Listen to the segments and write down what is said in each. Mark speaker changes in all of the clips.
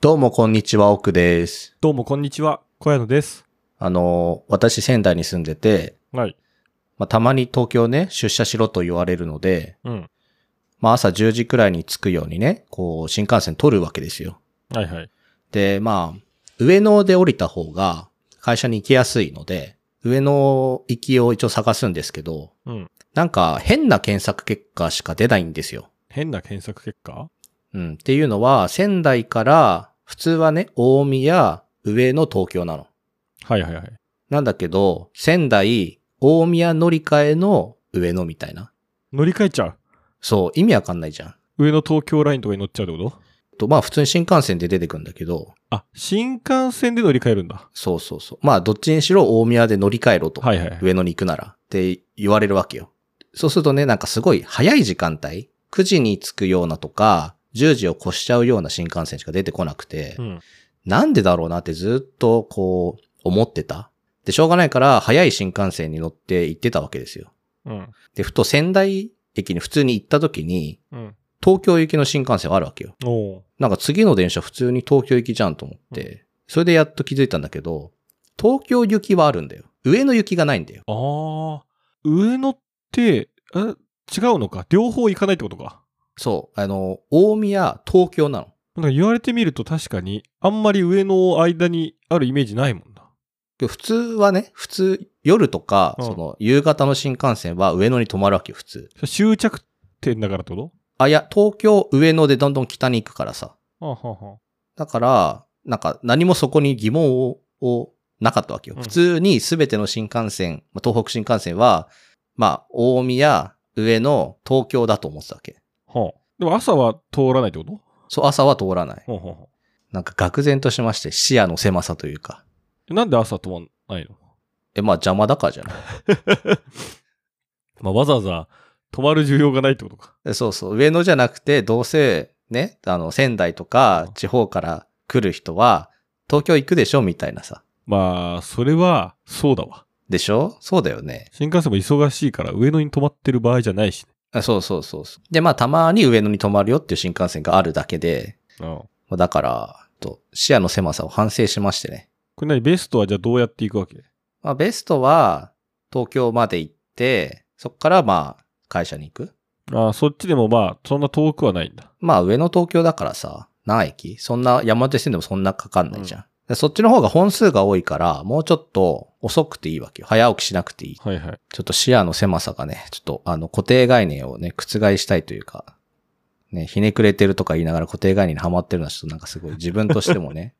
Speaker 1: どうもこんにちは、奥です。
Speaker 2: どうもこんにちは、小屋野です。
Speaker 1: あの、私仙台に住んでて、
Speaker 2: はい。
Speaker 1: まあ、たまに東京ね、出社しろと言われるので、
Speaker 2: うん。
Speaker 1: まあ朝10時くらいに着くようにね、こう、新幹線取るわけですよ。
Speaker 2: はいはい。
Speaker 1: で、まあ、上野で降りた方が会社に行きやすいので、上野行きを一応探すんですけど、
Speaker 2: うん。
Speaker 1: なんか変な検索結果しか出ないんですよ。
Speaker 2: 変な検索結果
Speaker 1: うん。っていうのは、仙台から普通はね、大宮、上野、東京なの。
Speaker 2: はいはいはい。
Speaker 1: なんだけど、仙台、大宮乗り換えの上野みたいな。
Speaker 2: 乗り換えちゃ
Speaker 1: そう、意味わかんないじゃん。
Speaker 2: う。上の東京ラインとかに乗っちゃうってこと
Speaker 1: と、まあ普通に新幹線で出てくんだけど、
Speaker 2: あ、新幹線で乗り換えるんだ。
Speaker 1: そうそうそう。まあどっちにしろ大宮で乗り換えろと。
Speaker 2: はいはい。
Speaker 1: 上野に行くならって言われるわけよ。そうするとね、なんかすごい早い時間帯、9時に着くようなとか、10時を越しちゃうような新幹線しか出てこなくて、
Speaker 2: うん。
Speaker 1: なんでだろうなってずっとこう思ってた。で、しょうがないから早い新幹線に乗って行ってたわけですよ。
Speaker 2: うん。
Speaker 1: で、ふと仙台駅に普通に行った時に、
Speaker 2: うん。
Speaker 1: 東京行きの新幹線があるわけよ。
Speaker 2: おお
Speaker 1: なんか次の電車普通に東京行きじゃんと思って、それでやっと気づいたんだけど、東京行きはあるんだよ。上の行きがないんだよ。。
Speaker 2: あー。上野って、え違うのか。両方行かないってことか。
Speaker 1: そう。あの、大宮、東京なの。
Speaker 2: なんか言われてみると確かに、あんまり上の間にあるイメージないもんな。
Speaker 1: で普通はね、普通、夜とか、
Speaker 2: うん
Speaker 1: その、夕方の新幹線は上野に止まるわけよ、普通。
Speaker 2: それ終着点だからってこ
Speaker 1: あ、いや、東京、上野でどんどん北に行くからさ。
Speaker 2: とあはあは
Speaker 1: だから、なんか何もそこに疑問ををなかったわけよ。
Speaker 2: うん
Speaker 1: 普通に全ての新幹線、まあ東北新幹線は、まあ、大宮、上野、東京だと思ってたわけ。
Speaker 2: あ。はあ。でも朝は通らないってこと
Speaker 1: そう、朝は通らない。
Speaker 2: ほうほうほう。
Speaker 1: なんか愕然としまして、視野の狭さというか。
Speaker 2: なんで朝止まんないの、
Speaker 1: え、まあ邪魔だからじゃない
Speaker 2: まあ、わざわざ止まる需要がないってことか。
Speaker 1: でそうそう。上野じゃなくて、どうせ、ね、あの、仙台とか
Speaker 2: うん
Speaker 1: 地方から来る人は、東京行くでしょみたいなさ。
Speaker 2: まあ、それは、そうだわ。
Speaker 1: でしょそうだよね。
Speaker 2: 新幹線も忙しいから上野に止まってる場合じゃないしね。
Speaker 1: あそうそうそうそう。で、まあ、たまに上野に泊まるよっていう新幹線があるだけで、まあだから、と、視野の狭さを反省しましてね。
Speaker 2: これ何ベストはじゃあどうやっていくわけ
Speaker 1: まあ、ベストは、東京まで行って、そっからまあ、会社に行く。
Speaker 2: ああ、そっちでもまあ、そんな遠くはないんだ。
Speaker 1: まあ、上の東京だからさ、何駅そんな、山手線でもそんなかかんないじゃん。でそっちの方が本数が多いから、もうちょっと遅くていいわけよ。早起きしなくていい。
Speaker 2: はいはい。
Speaker 1: ちょっと視野の狭さがね、ちょっとあの固定概念をね、覆したいというか、ね、ひねくれてるとか言いながら固定概念にはまってるのはちょっとなんかすごい自分としてもね、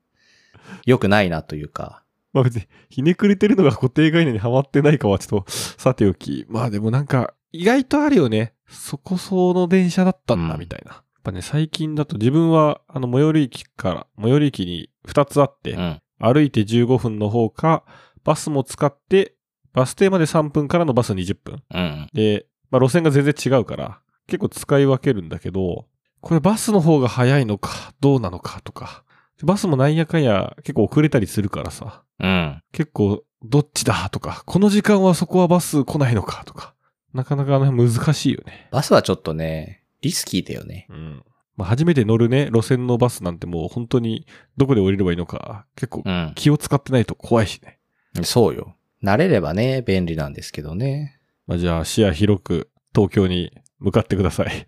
Speaker 1: 良くないなというか、
Speaker 2: まあ別に、ひねくれてるのが固定概念にはまってないかはちょっと、さておき。まあでもなんか、意外とあるよね。そこその電車だったんだ、
Speaker 1: うん
Speaker 2: みたいな。やっぱね、最近だと自分は、あの、最寄り駅から、最寄り駅に2つあって、
Speaker 1: うん。
Speaker 2: 歩いて15分の方か、バスも使って、バス停まで3分からのバス20分。
Speaker 1: うん。
Speaker 2: で、まあ、路線が全然違うから、結構使い分けるんだけど、これバスの方が早いのか、どうなのかとか。でバスもなんやかんや結構遅れたりするからさ、
Speaker 1: うん。
Speaker 2: 結構どっちだとか、この時間はそこはバス来ないのかとか、なかなかあの辺難しいよね。
Speaker 1: バスはちょっとね、リスキーだよね。
Speaker 2: うん。まあ、初めて乗るね、路線のバスなんてもう本当にどこで降りればいいのか、結構
Speaker 1: うん。
Speaker 2: 気を使ってないと怖いしね。
Speaker 1: そうよ。慣れればね、便利なんですけどね。
Speaker 2: まあ、じゃあ視野広く東京に向かってください。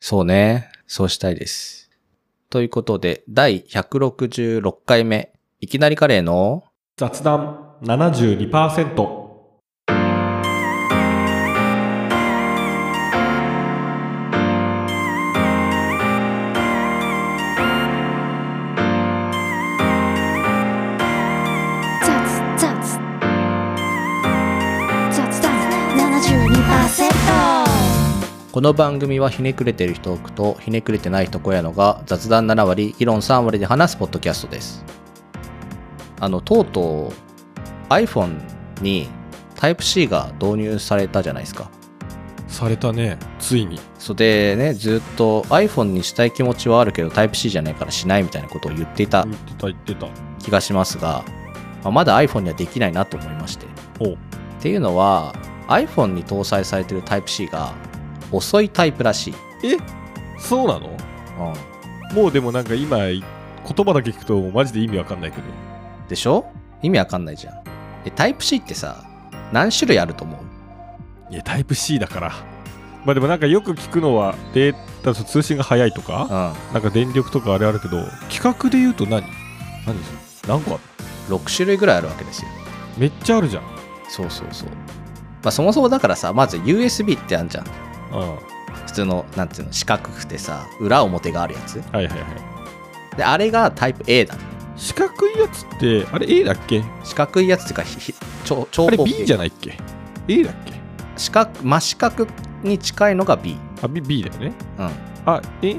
Speaker 1: そうね。そうしたいです。ということで、第166回目、いきなりカレーの
Speaker 2: 雑談72%。
Speaker 3: 雑雑雑談72%
Speaker 1: この番組はひねくれてる人奥とひねくれてない人小屋のが雑談7割議論3割で話すポッドキャストですあのとうとう iPhone に Type-C が導入されたじゃないですか
Speaker 2: されたね、ついに。
Speaker 1: それでねずっと iPhone にしたい気持ちはあるけど Type-C じゃないからしないみたいなことを言っていた
Speaker 2: 言ってた言ってた。
Speaker 1: 気がしますが、まあまだ iPhone にはできないなと思いまして
Speaker 2: おう
Speaker 1: っていうのは iPhone に搭載されてる Type-C が遅いタイプらしい、
Speaker 2: そうなの
Speaker 1: うん
Speaker 2: もうでもなんか今、言葉だけ聞くとマジで意味わかんないけど。
Speaker 1: でしょ意味わかんないじゃん。え、タイプ C ってさ、何種類あると思う
Speaker 2: いや、タイプ C だから。まあでもなんかよく聞くのは、データ、そう通信が早いと
Speaker 1: う
Speaker 2: か、
Speaker 1: ん。
Speaker 2: なんか電力とかあれあるけど、企画で言うと何何それ何個ある
Speaker 1: 6種類ぐらいあるわけですよ。
Speaker 2: めっちゃあるじゃん。
Speaker 1: そうそうそう。まあそもそもだからさ、まず USB ってあるじゃん。
Speaker 2: うん。は
Speaker 1: 普通の、なんていうの、四角くてさ、裏表があるやつ。
Speaker 2: いはいはい。
Speaker 1: で、あれがタイプ A だ。
Speaker 2: 四角いやつって、あれ A だっけ
Speaker 1: 四角いやつっていうか、ひひ長長
Speaker 2: あれ
Speaker 1: 方
Speaker 2: B じゃ
Speaker 1: ん
Speaker 2: ないっけ ?A だっけ
Speaker 1: 四角、真四角に近いのが B。
Speaker 2: あ、B, B だよね。
Speaker 1: うん。
Speaker 2: あ、え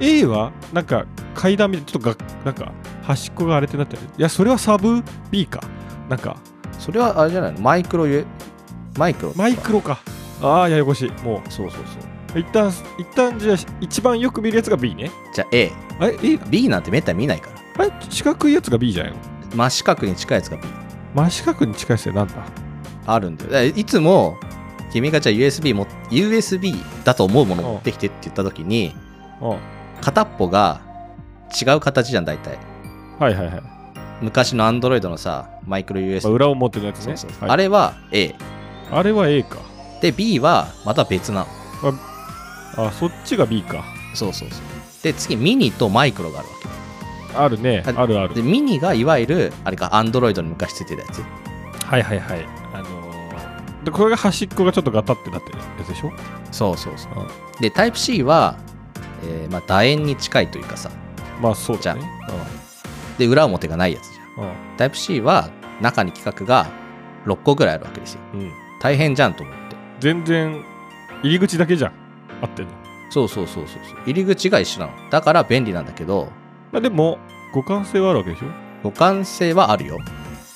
Speaker 2: ?A はなんか階段みたいな、ちょっとが、なんか端っこがあれってなってる。いや、それはサブ B か。なんか、
Speaker 1: それはあれじゃないのマイクロゆ、マイクロ。
Speaker 2: マイクロか。ああ、ややこしい。も
Speaker 1: そうそうそう。
Speaker 2: う、一旦、一旦じゃあ、一番よく見るやつが B ね。
Speaker 1: じゃあ A。
Speaker 2: あれ、A だ
Speaker 1: B なんてめったに見ないから。
Speaker 2: あれ、四角いやつが B じゃないの
Speaker 1: 真四角に近いやつが B。
Speaker 2: 真四角に近いやつってなんだ
Speaker 1: あるんだよ。だからいつも、君がじゃあ USB も、USB だと思うもの持ってきてって言った時に、
Speaker 2: うん。はい
Speaker 1: 片っぽが違う形じゃん、大体。
Speaker 2: はいはい。
Speaker 1: 昔の Android のさ、マイクロ USB。
Speaker 2: まあ、裏表のやつ
Speaker 1: そう
Speaker 2: ね。
Speaker 1: そうそう
Speaker 2: はい
Speaker 1: あれは A。
Speaker 2: あれは A か。
Speaker 1: で、B はまた別なの。
Speaker 2: あ、そっちが B か。
Speaker 1: そうそうそう。で、次、ミニとマイクロがあるわ
Speaker 2: あるね。
Speaker 1: あ
Speaker 2: あるあ
Speaker 1: け。で、。
Speaker 2: る
Speaker 1: ミニがいわゆる、あれか、Android に昔ついてたやつ。
Speaker 2: はいはいはい。あのーで、これが端っこがちょっとガタってなってるやつでしょ
Speaker 1: そうそうそう
Speaker 2: うん。
Speaker 1: で、Type-C は、えーまあ、楕円に近いというかさ。
Speaker 2: まあそうだね。
Speaker 1: で、裏表がないやつじゃん。
Speaker 2: うん。うん。
Speaker 1: Type-C は中に規格が6個ぐらいあるわけですよ。
Speaker 2: うん、
Speaker 1: 大変じゃんと思って。
Speaker 2: 全然入り口だけじゃん合ってんの、
Speaker 1: そうそうそうそうそう。入り口が一緒なの。だから便利なんだけど、
Speaker 2: まあ、でも互換性はあるわけでしょ
Speaker 1: 互換性はあるよ。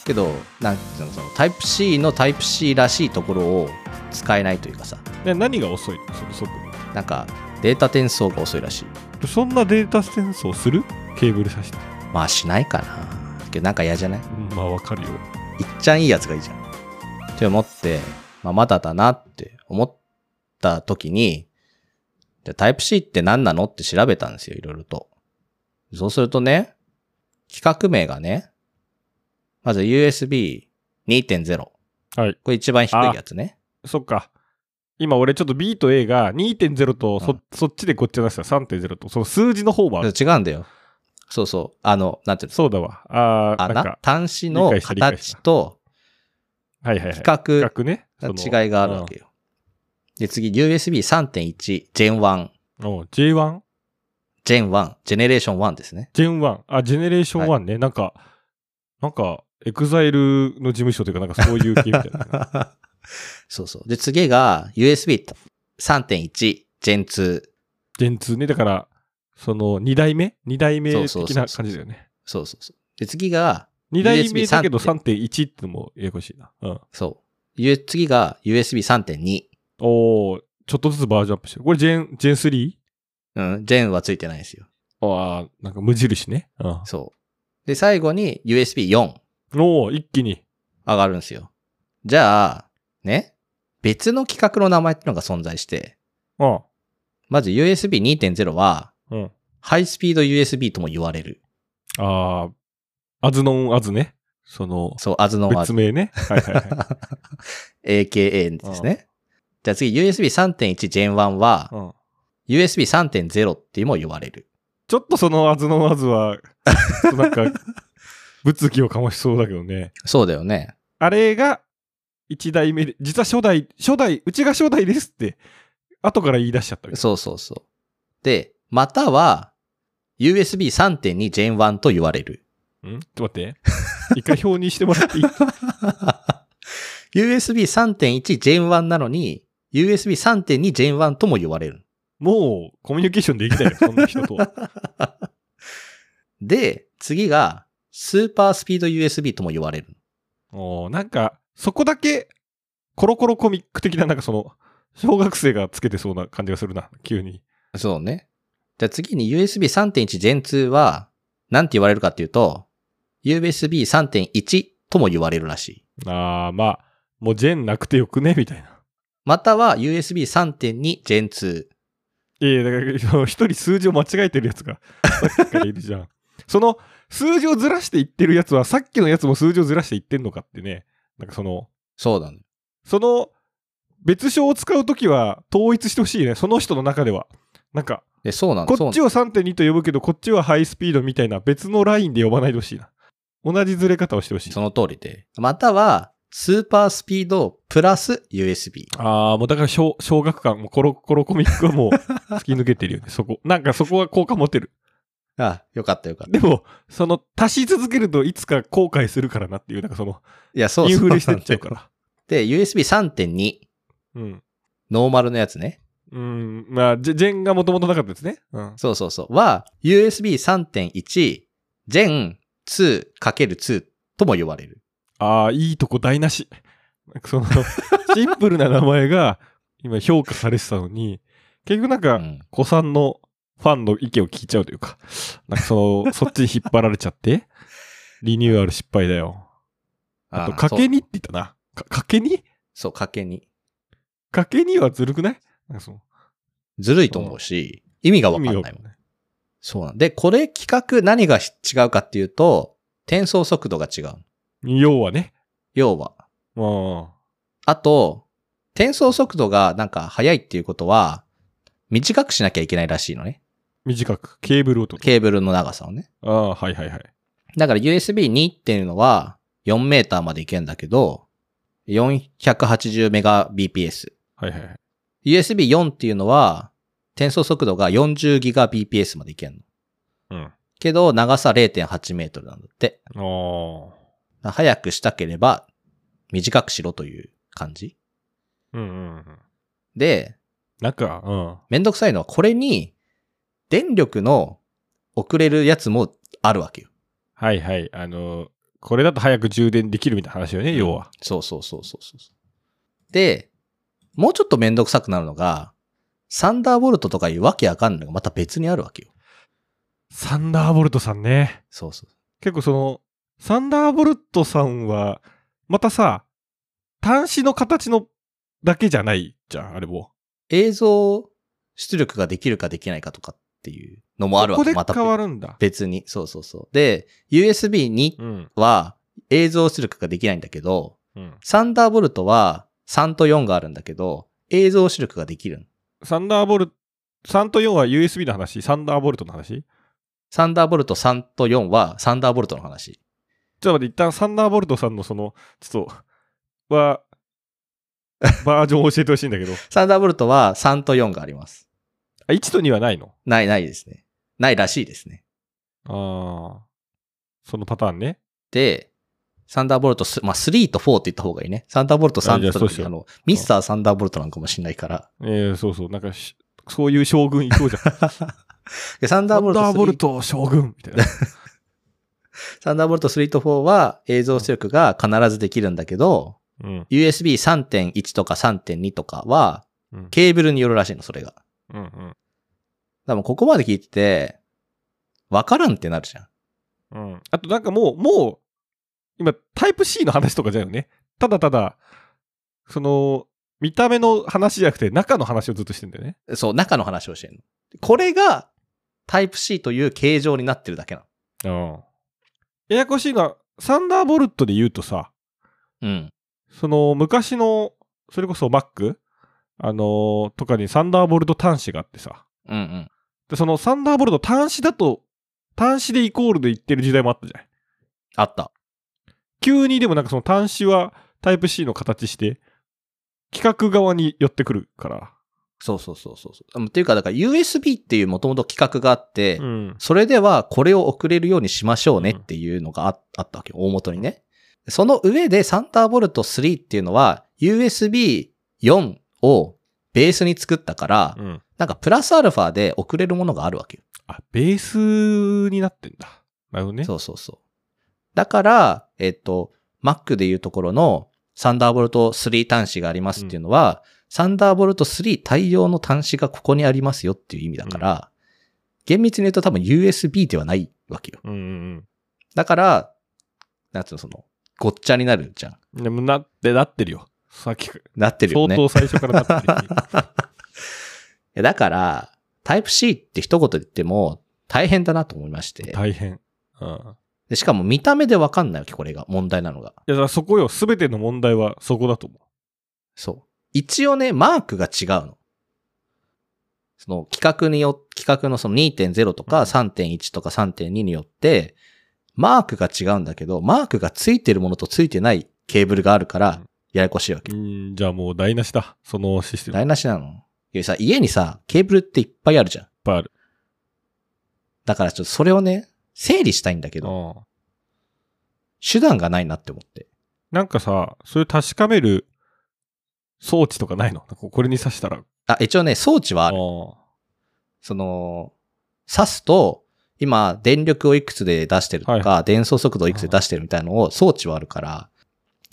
Speaker 1: けど、なんていうの、その Type-C の Type-C らしいところを使えないというかさ、
Speaker 2: で何が遅いのその速
Speaker 1: なんかデータ転送が遅いらしい。
Speaker 2: 度そんなデータ転送するケーブル挿して
Speaker 1: まあしないかな。けどなんか嫌じゃない
Speaker 2: うんまあわかるよ
Speaker 1: いっちゃんいいやつがいいじゃん。って思って、まあ、まだだなって思った時に、じゃあタイプ C って何なのって調べたんですよ、いろいろと。そうするとね、企画名がね、まず USB2.0。
Speaker 2: はい
Speaker 1: これ一番低いやつね。
Speaker 2: そっか今俺ちょっと B と A が2.0とそ,、
Speaker 1: うん
Speaker 2: そっちでこっち出した3.0とその数字の方はある
Speaker 1: 違うんだよ。そうそう。あの、なんていうの
Speaker 2: そうだわあー
Speaker 1: あ
Speaker 2: なん
Speaker 1: な
Speaker 2: か
Speaker 1: 端子の
Speaker 2: 理解した理解し
Speaker 1: 形と
Speaker 2: はいはいはい
Speaker 1: 規格
Speaker 2: 比較ね
Speaker 1: の違いがあるわけよ。で、次 USB3.1 Gen 1。
Speaker 2: そのうん J1
Speaker 1: Gen 1、ジェネレーション1です ね。
Speaker 2: ジェン1。あ、ジェネレーション1ね。なんか、なんか、エグザイルの事務所というか、なんかそういう系みたいな。
Speaker 1: そうそう。で、次が USB3.1 Gen 2。
Speaker 2: ジェン2ね。だから、その、2代目 ?2 代目
Speaker 1: そうそう
Speaker 2: 的
Speaker 1: そう
Speaker 2: な
Speaker 1: そう
Speaker 2: 感じだよね。
Speaker 1: そうそうそう。で、次が、
Speaker 2: 2代目だけど
Speaker 1: USB
Speaker 2: 3.1ってのもややこしいな。うん。
Speaker 1: そう。ゆ次が USB3.2。
Speaker 2: おー、ちょっとずつバージョンアップしてる。これ、ジェン、ジェン 3?
Speaker 1: うん、Gen はついてないんですよ。
Speaker 2: ああ、なんか無印ね。うん。
Speaker 1: そう。で、最後に USB4
Speaker 2: おー、一気に。
Speaker 1: 上がるんですよ。じゃあ、ね、別の規格の名前ってのが存在して、
Speaker 2: うん。
Speaker 1: まず USB2.0 は、
Speaker 2: うん。
Speaker 1: ハイスピード USB とも言われる。
Speaker 2: ああ、アズノンアズね。その、
Speaker 1: そう、アズノワ
Speaker 2: 別名ね。はいはいはい。
Speaker 1: AKA ですね。じゃあ次 USB3.1 Gen 1は、
Speaker 2: うん。
Speaker 1: USB3.0 っても言われる。
Speaker 2: ちょっとそのあずのあずは、ちょっとなんか、物議を醸しそうだけどね。
Speaker 1: そうだよね。
Speaker 2: あれが、一代目で、実は初代、初代、うちが初代ですって、後から言い出しちゃったみたい
Speaker 1: そうそうそう。で、または、USB3.2 Gen 1と言われる。
Speaker 2: な。んちょっと待って。一回表にしてもらっていい
Speaker 1: USB3.1 Gen 1なのに、USB3.2 Gen 1とも言われる。
Speaker 2: もう、コミュニケーションできないよ、そんな人とは。
Speaker 1: で、次が、スーパースピード USB とも言われる。
Speaker 2: もう、なんか、そこだけ、コロコロコミック的な、なんかその、小学生がつけてそうな感じがするな、急に。
Speaker 1: そうね。じゃあ次に USB3.1 Gen 2は、なんて言われるかっていうと、USB3.1 とも言われるらしい。
Speaker 2: あー、まあ、もうジェンなくてよくね、みたいな。
Speaker 1: または USB3.2 Gen 2。
Speaker 2: いやいやだから、一人数字を間違えてるやつが、さっきからいるじゃん。 その数字をずらしていってるやつは、さっきのやつも数字をずらしていってんのかってね、なんかその、
Speaker 1: そうだね。
Speaker 2: その別称を使うときは統一してほしいね、その人の中では。なんか、
Speaker 1: で、そうなの。
Speaker 2: こっち
Speaker 1: そう
Speaker 2: を3.2と呼ぶけど、こっちはハイスピードみたいな別のラインで呼ばないでほしいな。同じずれ方をしてほしい。
Speaker 1: なのその通りで。または、スーパースピードプラス USB。
Speaker 2: ああ、もうだから小小学館、もうコロコロコミックはもう突き抜けてるよね、そこ。なんかそこは効果持てる。
Speaker 1: あ、よかったよかった。
Speaker 2: でも、その足し続けるといつか後悔するからなっていう、なんかその
Speaker 1: いや、そう
Speaker 2: インフレし
Speaker 1: そ
Speaker 2: て
Speaker 1: う
Speaker 2: っちゃうから。
Speaker 1: で、USB3.2、
Speaker 2: うん。
Speaker 1: ノーマルのやつね。
Speaker 2: うん。まあ、ジェジェンがもともとなかったですね。うん。
Speaker 1: そうそうそう。は、USB3.1、全 2×2 とも呼ばれる。
Speaker 2: ああ、いいとこ台無し。なんか その、シンプルな名前が今評価されてたのに、結局なん
Speaker 1: う
Speaker 2: か、
Speaker 1: ん。
Speaker 2: 子さんのファンの意見を聞いちゃうというか、なんかその、 そっちに引っ張られちゃって、リニューアル失敗だよ。あと、
Speaker 1: ー
Speaker 2: 賭けにって言ったな。か賭けに
Speaker 1: そう、そう賭けに。
Speaker 2: 賭けにはずるくないなんかその
Speaker 1: ずるいと思うし、意味がわかんないもん。
Speaker 2: 意味がわ
Speaker 1: そうなんで、これ企画何が違うかっていうと、転送速度が違う。
Speaker 2: かんない要はね。
Speaker 1: 要は。
Speaker 2: も
Speaker 1: あと、転送速度がなんか速いっていうことは、短くしなきゃいけないらしいのね。
Speaker 2: う、短く。ケーブルを取る。
Speaker 1: ケーブルの長さをね。
Speaker 2: ああ、はいはいはい。
Speaker 1: だから USB2 っていうのは4メーターまでいけんだけど、480Mbps。
Speaker 2: はいはいはい。
Speaker 1: USB4 っていうのは、転送速度が 40Gbps までいけんの。
Speaker 2: うん。
Speaker 1: けど、長さ0.8メートルなんだって。
Speaker 2: ああ。
Speaker 1: 早くしたければ、短くしろという感じ。
Speaker 2: うんうんうん。
Speaker 1: で、
Speaker 2: なんか、うん。
Speaker 1: めんどくさいのは、これに、電力の遅れるやつもあるわけよ。
Speaker 2: はいはい。あの、これだと早く充電できるみたいな話よね、要は。
Speaker 1: そうそうそうそうそうそう。で、もうちょっとめんどくさくなるのが、サンダーボルトとかいうわけわかんないのがまた別にあるわけよ。
Speaker 2: サンダーボルトさんね。
Speaker 1: そうそう。
Speaker 2: 結構その、サンダーボルトさんは、またさ、端子の形のだけじゃないじゃん、あれも。
Speaker 1: 映像出力ができるかできないかとかっていうのもあるわ
Speaker 2: ここ
Speaker 1: け。
Speaker 2: で
Speaker 1: また
Speaker 2: 変わるんだ。
Speaker 1: 別に。そうそうそう。で、USB2
Speaker 2: うん。
Speaker 1: は映像出力ができないんだけど、
Speaker 2: うん。
Speaker 1: サンダーボルトは3と4があるんだけど、映像出力ができるの。
Speaker 2: サンダーボルト、3と4は USB の話、サンダーボルトの話
Speaker 1: サンダーボルト3と4はサンダーボルトの話。
Speaker 2: ちょっと待って、一旦サンダーボルトさんのその、ちょっと、 は、バージョンを教えてほしいんだけど、
Speaker 1: サンダーボルトは3と4があります。
Speaker 2: あ1と2はないの
Speaker 1: ない、ないですね。ないらしいですね。
Speaker 2: ああ。そのパターンね。
Speaker 1: で、サンダーボルトス、まあ、3と4って言った方がいいね。サンダーボルト3
Speaker 2: あじゃあ
Speaker 1: と
Speaker 2: そうしよう
Speaker 1: あの、ミスターサンダーボルトなんかもしんないから。
Speaker 2: えー、そうそう、なんかし、そういう将軍行こう じゃん。サン
Speaker 1: でサンダ
Speaker 2: ダ
Speaker 1: ーボルト
Speaker 2: ーボル
Speaker 1: 3、
Speaker 2: ト将軍みたい な。
Speaker 1: サンダーボルト3と4は映像出力が必ずできるんだけど、
Speaker 2: うん。
Speaker 1: USB3.1 とか3.2とかは
Speaker 2: うん
Speaker 1: ケーブルによるらしいの、それが。
Speaker 2: うんうん
Speaker 1: でもここまで聞いてて、わからんってなるじゃん。
Speaker 2: うん、あとなんかもう、もう、今、タイプ C の話とかじゃよね。ただただ、その、見た目の話じゃなくて、中の話をずっとしてんだよね。
Speaker 1: そう、中の話をしてるの。これが、タイプ C という形状になってるだけな
Speaker 2: ややこしいのは、サンダーボルトで言うとさ、
Speaker 1: の。うん。
Speaker 2: その、昔の、それこそ Mac? あのーとかにサンダーボルト端子があってさ。
Speaker 1: うんうん。
Speaker 2: で、そのサンダーボルト端子だと、端子でイコールで言ってる時代もあったじゃない。
Speaker 1: あった。
Speaker 2: 急にでもなんかその端子はタイプ C の形して、企画側に寄ってくるから。
Speaker 1: そうそうそうそうそう。うんっていうか、だから USB っていうもともと規格があって、
Speaker 2: うん。
Speaker 1: それではこれを送れるようにしましょうねっていうのがああったわけよ。大元にね。その上でサンダーボルト3っていうのは USB4 をベースに作ったから、
Speaker 2: うん。
Speaker 1: なんかプラスアルファで送れるものがあるわけよ。
Speaker 2: あ、ベースになってんだ。なるほどね。
Speaker 1: そうそうそう。だから、えっと、Mac でいうところのサンダーボルト3端子がありますっていうのは、サンダーボルト3対応の端子がここにありますよっていう意味だから、厳密に言うと多分 USB ではないわけよ。
Speaker 2: うんうん
Speaker 1: だから、なんつうのその、ごっちゃになるじゃん。
Speaker 2: うん。でもなって、なってるよ。さっきから、
Speaker 1: なってるよ
Speaker 2: 相
Speaker 1: ね。
Speaker 2: 当最初からなってる。
Speaker 1: いやだから、タイプ C って一言で言っても大変だなと思いまして。
Speaker 2: 大変。うん。いや、
Speaker 1: でしかも見た目でわかんないわけ、これが。問題なのが。
Speaker 2: だからそこよ。すべての問題はそこだと思
Speaker 1: そう。一応ね、マークが違うの。その企画によ、企画のその2.0とか3.1とか3.2によって、マークが違うんだけど、マークがついてるものとついてないケーブルがあるから
Speaker 2: うん、
Speaker 1: ややこしいわけ
Speaker 2: う。う。ん、じゃあもう台無しだ。そのシステムい
Speaker 1: 台
Speaker 2: っ
Speaker 1: 無しなの。いやさ、家にさ、ケーブルっていっぱいあるじゃん。
Speaker 2: ぱいある。
Speaker 1: だからちょっとそれをね、整理したいんだけど、
Speaker 2: うん。
Speaker 1: 手段がないなって思って。
Speaker 2: なんかさ、そういう確かめる装置とかないのなんかこれに刺したら。
Speaker 1: あ、一応ね、装置はあ
Speaker 2: あ
Speaker 1: る。
Speaker 2: ー
Speaker 1: その、挿すと、今、電力をいくつで出してるとか、電装速度をいくつで出してるみたいのを装置はあるから、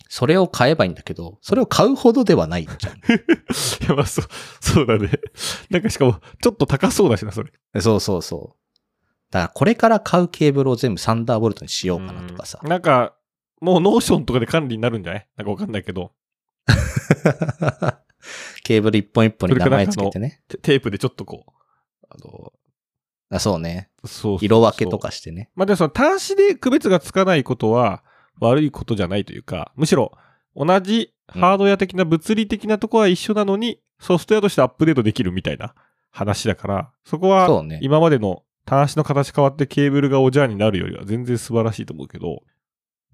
Speaker 1: それを買えばいいんだけど、それを買うほどではないじゃん
Speaker 2: いや、まあ、そう、そうだね。なんかしかも、ちょっと高そうだしな、それ。
Speaker 1: そうそうそう。だから、これから買うケーブルを全部サンダーボルトにしようかなとかさ
Speaker 2: う。んなんか、もうノーションとかで管理になるんじゃないなんかわかんないけど、
Speaker 1: ケーブル一本一本に名前つけてね。
Speaker 2: テテープでちょっとこう、あの、
Speaker 1: あそうね。
Speaker 2: そうそうそう
Speaker 1: 色分けと。かしてね。
Speaker 2: まあでもその端子で区別がつかないことは悪いことじゃないというか、むしろ同じハードウェア的な物理的なとこは一緒なのに、ソフトウェアとしてアップデートできるみたいな話だから、そこは
Speaker 1: そうね
Speaker 2: 今までの端子の形変わってケーブルがおじゃんになるよりは全然素晴らしいと思うけど、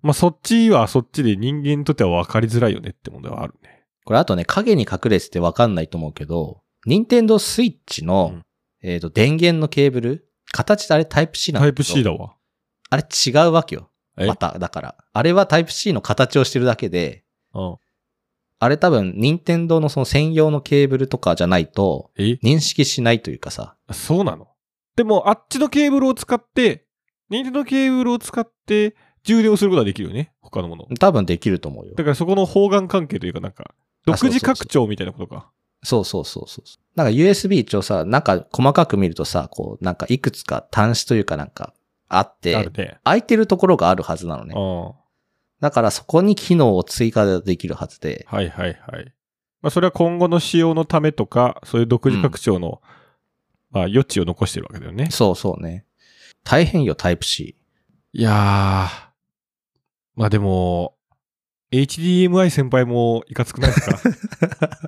Speaker 2: まあそっちはそっちで人間にとっては分かりづらいよねって問題はあるね。
Speaker 1: これあとね、影に隠れててわかんないと思うけど、任天堂スイッチの、
Speaker 2: うん
Speaker 1: えっ、と、電源のケーブル形であれタイプ C なん
Speaker 2: タ
Speaker 1: だ
Speaker 2: イ
Speaker 1: け
Speaker 2: プ
Speaker 1: ど
Speaker 2: C だわ。
Speaker 1: あれ違うわけよ。
Speaker 2: え
Speaker 1: また、だから。あれはタイプ C の形をしてるだけで、
Speaker 2: うん。
Speaker 1: あれ多分、任天堂のその専用のケーブルとかじゃないと、
Speaker 2: え
Speaker 1: 認識しないというかさ。
Speaker 2: そうなのでも、あっちのケーブルを使って、任天堂のケーブルを使って充電をすることはできるよね。他のものを。
Speaker 1: 多分できると思うよ
Speaker 2: だ。からそこの方眼関係というか、なんか、独
Speaker 1: そうそう
Speaker 2: 自
Speaker 1: そう
Speaker 2: 拡張みたいなことか。
Speaker 1: そうそうそうそう。なんか USB 一応さ、なんか細かく見るとさ、こう、なんかいくつか端子というかなんかあっ
Speaker 2: あ
Speaker 1: て
Speaker 2: る、ね。
Speaker 1: 空いてるところがあるはずなのね
Speaker 2: う。ん。は
Speaker 1: だからそこに機能を追加でできるはずで
Speaker 2: い、はいはい。まあ、それは今後の使用のためとか、そういう独自拡張の、まあ、余地を残してるわけだよね。
Speaker 1: そうそうね。大変よ、タイプ C。
Speaker 2: いやー。まあでも、HDMI 先輩もいかつくないですか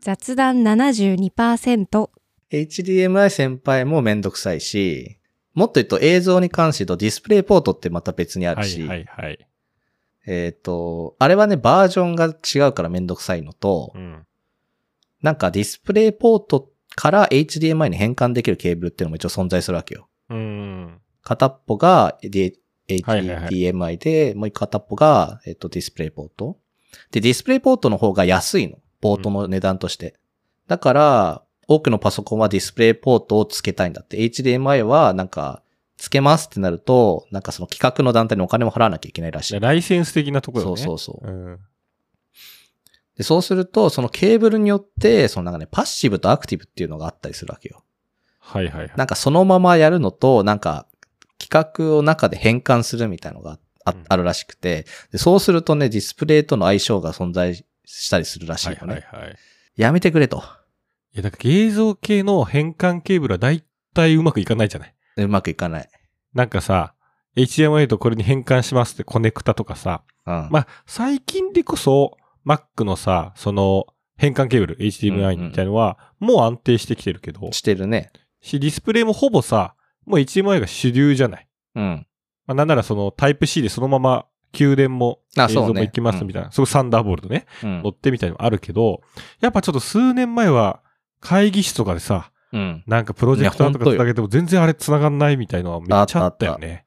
Speaker 4: 雑談72%。
Speaker 1: HDMI 先輩もめんどくさいし、もっと言うと映像に関して言うとディスプレイポートってまた別にある
Speaker 2: は
Speaker 1: し、
Speaker 2: いはいはい。
Speaker 1: えっ、と、あれはね、バージョンが違うからめんどくさいのと、
Speaker 2: うん。
Speaker 1: なんかディスプレイポートから HDMI に変換できるケーブルっていうのも一応存在するわけよ。
Speaker 2: うん。
Speaker 1: 片っぽがで
Speaker 2: はいはいはい
Speaker 1: HDMI で、もう片っぽが、えっと、ディスプレイポート。で、ディスプレイポートの方が安いの。ポートの値段として。だから、多くのパソコンはディスプレイポートをつけたいんだって。HDMI はなんか、つけますってなると、なんかその企画の団体にお金も払わなきゃいけないらしい。
Speaker 2: ライセンス的なところ
Speaker 1: そ
Speaker 2: よ
Speaker 1: う
Speaker 2: ね。
Speaker 1: そうそう。
Speaker 2: うん。
Speaker 1: で、そうすると、そのケーブルによって、そのなんかね、パッシブとアクティブっていうのがあったりするわけよ。
Speaker 2: はいはいはい。
Speaker 1: なんかそのままやるのと、なんか企画を中で変換するみたいのがあ
Speaker 2: うん
Speaker 1: あるらしくて、で、そうするとね、ディスプレイとの相性が存在したりするらしいよ
Speaker 2: は
Speaker 1: ね
Speaker 2: い。はいはい。い
Speaker 1: やめてくれと。
Speaker 2: や、だから映像系の変換ケーブルは大体うまくいかないじゃない。
Speaker 1: うまくいかない。
Speaker 2: なんかさ、HDMI とこれに変換しますってコネクタとかさ。
Speaker 1: うん。
Speaker 2: まあ、最近でこそ Mac のさ、その変換ケーブル、HDMI みたいのは、もう安定してきてるけど、
Speaker 1: してるね。
Speaker 2: し、ディスプレイもほぼさ、もう HDMI が主流じゃない。
Speaker 1: うん。
Speaker 2: まあ、なんならそのタイプ C でそのまま給電も映
Speaker 1: あそうね
Speaker 2: 像もいきますみたいな。そこサンダーボルトね。
Speaker 1: うん
Speaker 2: 乗。ってみたいのもあるけど、やっぱちょっと数年前は会議室とかでさ、
Speaker 1: うん。
Speaker 2: なんかプロジェクターとかつなげても全然あれ繋がんないみたいのはめっちゃあったよね。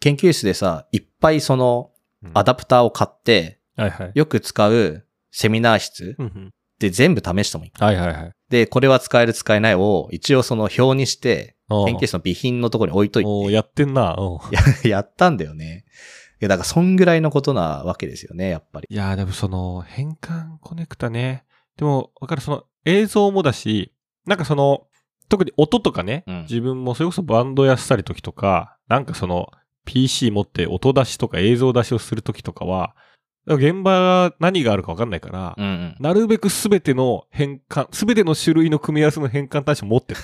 Speaker 1: 研究室でさ、いっぱいその
Speaker 2: うん
Speaker 1: アダプターを買って、
Speaker 2: はいはい。
Speaker 1: よく使うセミナー室
Speaker 2: うんうん
Speaker 1: で全部試してもいい。
Speaker 2: はいはいはい。
Speaker 1: で、これは使える使えないを一応その表にして、研究室の備品のところに置いといて。
Speaker 2: おやってんな。うん
Speaker 1: い や、やったんだよね。いや、だからそんぐらいのことなわけですよね、やっぱり。
Speaker 2: いやーでもその変換コネクタね。でもわかる、その映像もだし、なんかその、特に音とかね、
Speaker 1: うん
Speaker 2: 自分もそれこそバンドやったり時とか、なんかその PC 持って音出しとか映像出しをする時とかは、だから現場が何があるか分かんないから、
Speaker 1: うんうん。
Speaker 2: なるべくすべての変換、すべての種類の組み合わせの変換対象持ってる。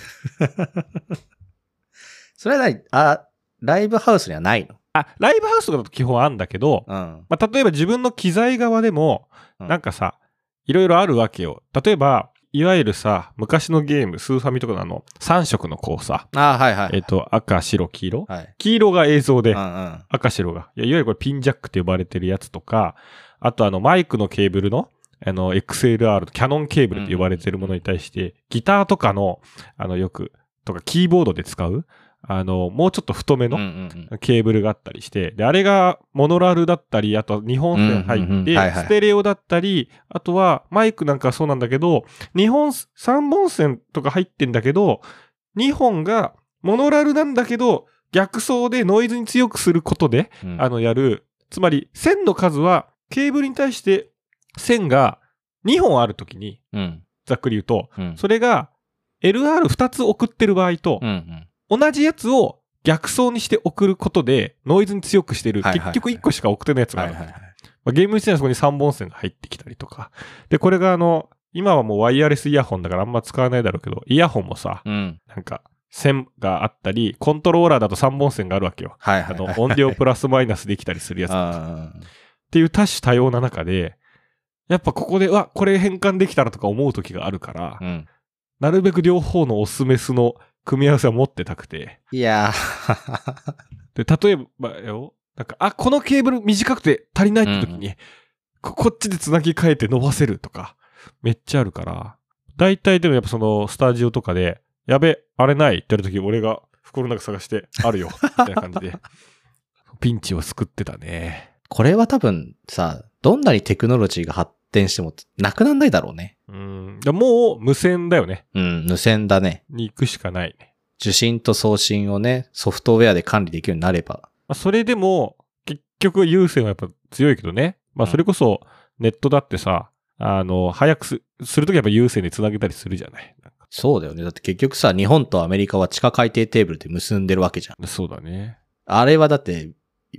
Speaker 1: それはない、あ、ライブハウスにはないの。
Speaker 2: あ、ライブハウスとかだと基本あんだけど、
Speaker 1: うん。
Speaker 2: まあ、例えば自分の機材側でも、
Speaker 1: うん
Speaker 2: なんかさ、いろいろあるわけよ。例えば、いわゆるさ、昔のゲーム、スーファミとかのあの、3色のこうさ、
Speaker 1: あはいはい。
Speaker 2: えっ、と、赤、白、黄色。
Speaker 1: はい。
Speaker 2: 黄色が映像で
Speaker 1: うん、うん。
Speaker 2: 赤白が。いやいわゆるこれピンジャックって呼ばれてるやつとか、あとあのマイクのケーブルの、あの XLR、キャノンケーブルって呼ばれてるものに対して、ギターとかの、あのよく、とかキーボードで使う、あの、もうちょっと太め
Speaker 1: うんう
Speaker 2: の
Speaker 1: んうん
Speaker 2: ケーブルがあったりして、で、あれがモノラルだったり、あと日本線
Speaker 1: うんうん
Speaker 2: 入
Speaker 1: う
Speaker 2: っ
Speaker 1: んはい
Speaker 2: て、
Speaker 1: はい
Speaker 2: ステレオだったり、あとはマイクなんかはそうなんだけど、日本、3本線とか入ってんだけど、2本がモノラルなんだけど、逆走でノイズに強くすることで、
Speaker 1: うん。
Speaker 2: あの、やる、つまり線の数はケーブルに対して線が2本あるときに、
Speaker 1: うん。
Speaker 2: ざっくり言うと、
Speaker 1: うん。
Speaker 2: それが LR2 つ送ってる場合と
Speaker 1: うん。う、ん。
Speaker 2: 同じやつを逆走にして送ることでノイズに強くしてる、
Speaker 1: はいはいはい
Speaker 2: 結局1個しか送ってないやつが
Speaker 1: は
Speaker 2: あ
Speaker 1: い
Speaker 2: る。
Speaker 1: はいはい。
Speaker 2: まあ、ゲーム自体はそこに3本線が入ってきたりとか。で、これがあの、今はもうワイヤレスイヤホンだからあんま使わないだろうけど、イヤホンもさ、
Speaker 1: うん。
Speaker 2: なんか線があったり、コントローラーだと3本線があるわけよ。
Speaker 1: はい
Speaker 2: あ
Speaker 1: はい
Speaker 2: の
Speaker 1: はい。、
Speaker 2: 音量プラスマイナスできたりするやつ。
Speaker 1: あー
Speaker 2: っていう多種多様な中で、やっぱここで、うわ、これ変換できたらとか思う時があるから、
Speaker 1: うん。
Speaker 2: なるべく両方のオスメスの組み合わせは持ってたくて。
Speaker 1: いやー
Speaker 2: で、例えばよ、なんか、あ、このケーブル短くて足りないって時に、ここっちでつなぎ替えて伸ばせるとか、めっちゃあるから、大体でもやっぱそのスタジオとかで、やべ、あれないってやる時俺が袋の中探して、あるよ、みたいな感じで、ピンチを救ってたね。
Speaker 1: これは多分さ、どんなにテクノロジーが発展してもなくならないだろうね。
Speaker 2: うん。だからもう無線だよね。
Speaker 1: うん、無線だね。
Speaker 2: に行くしかないね。
Speaker 1: 受信と送信をね、ソフトウェアで管理できるようになれば。
Speaker 2: まあ、それでも、結局有線はやっぱ強いけどね。まあ、それこそ、ネットだってさ、あの、早くすするときはやっぱ有線でつなげたりするじゃない。
Speaker 1: そうだよね。だって結局さ、日本とアメリカは地下海底テーブルで結んでるわけじゃん。
Speaker 2: そうだね。
Speaker 1: あれはだって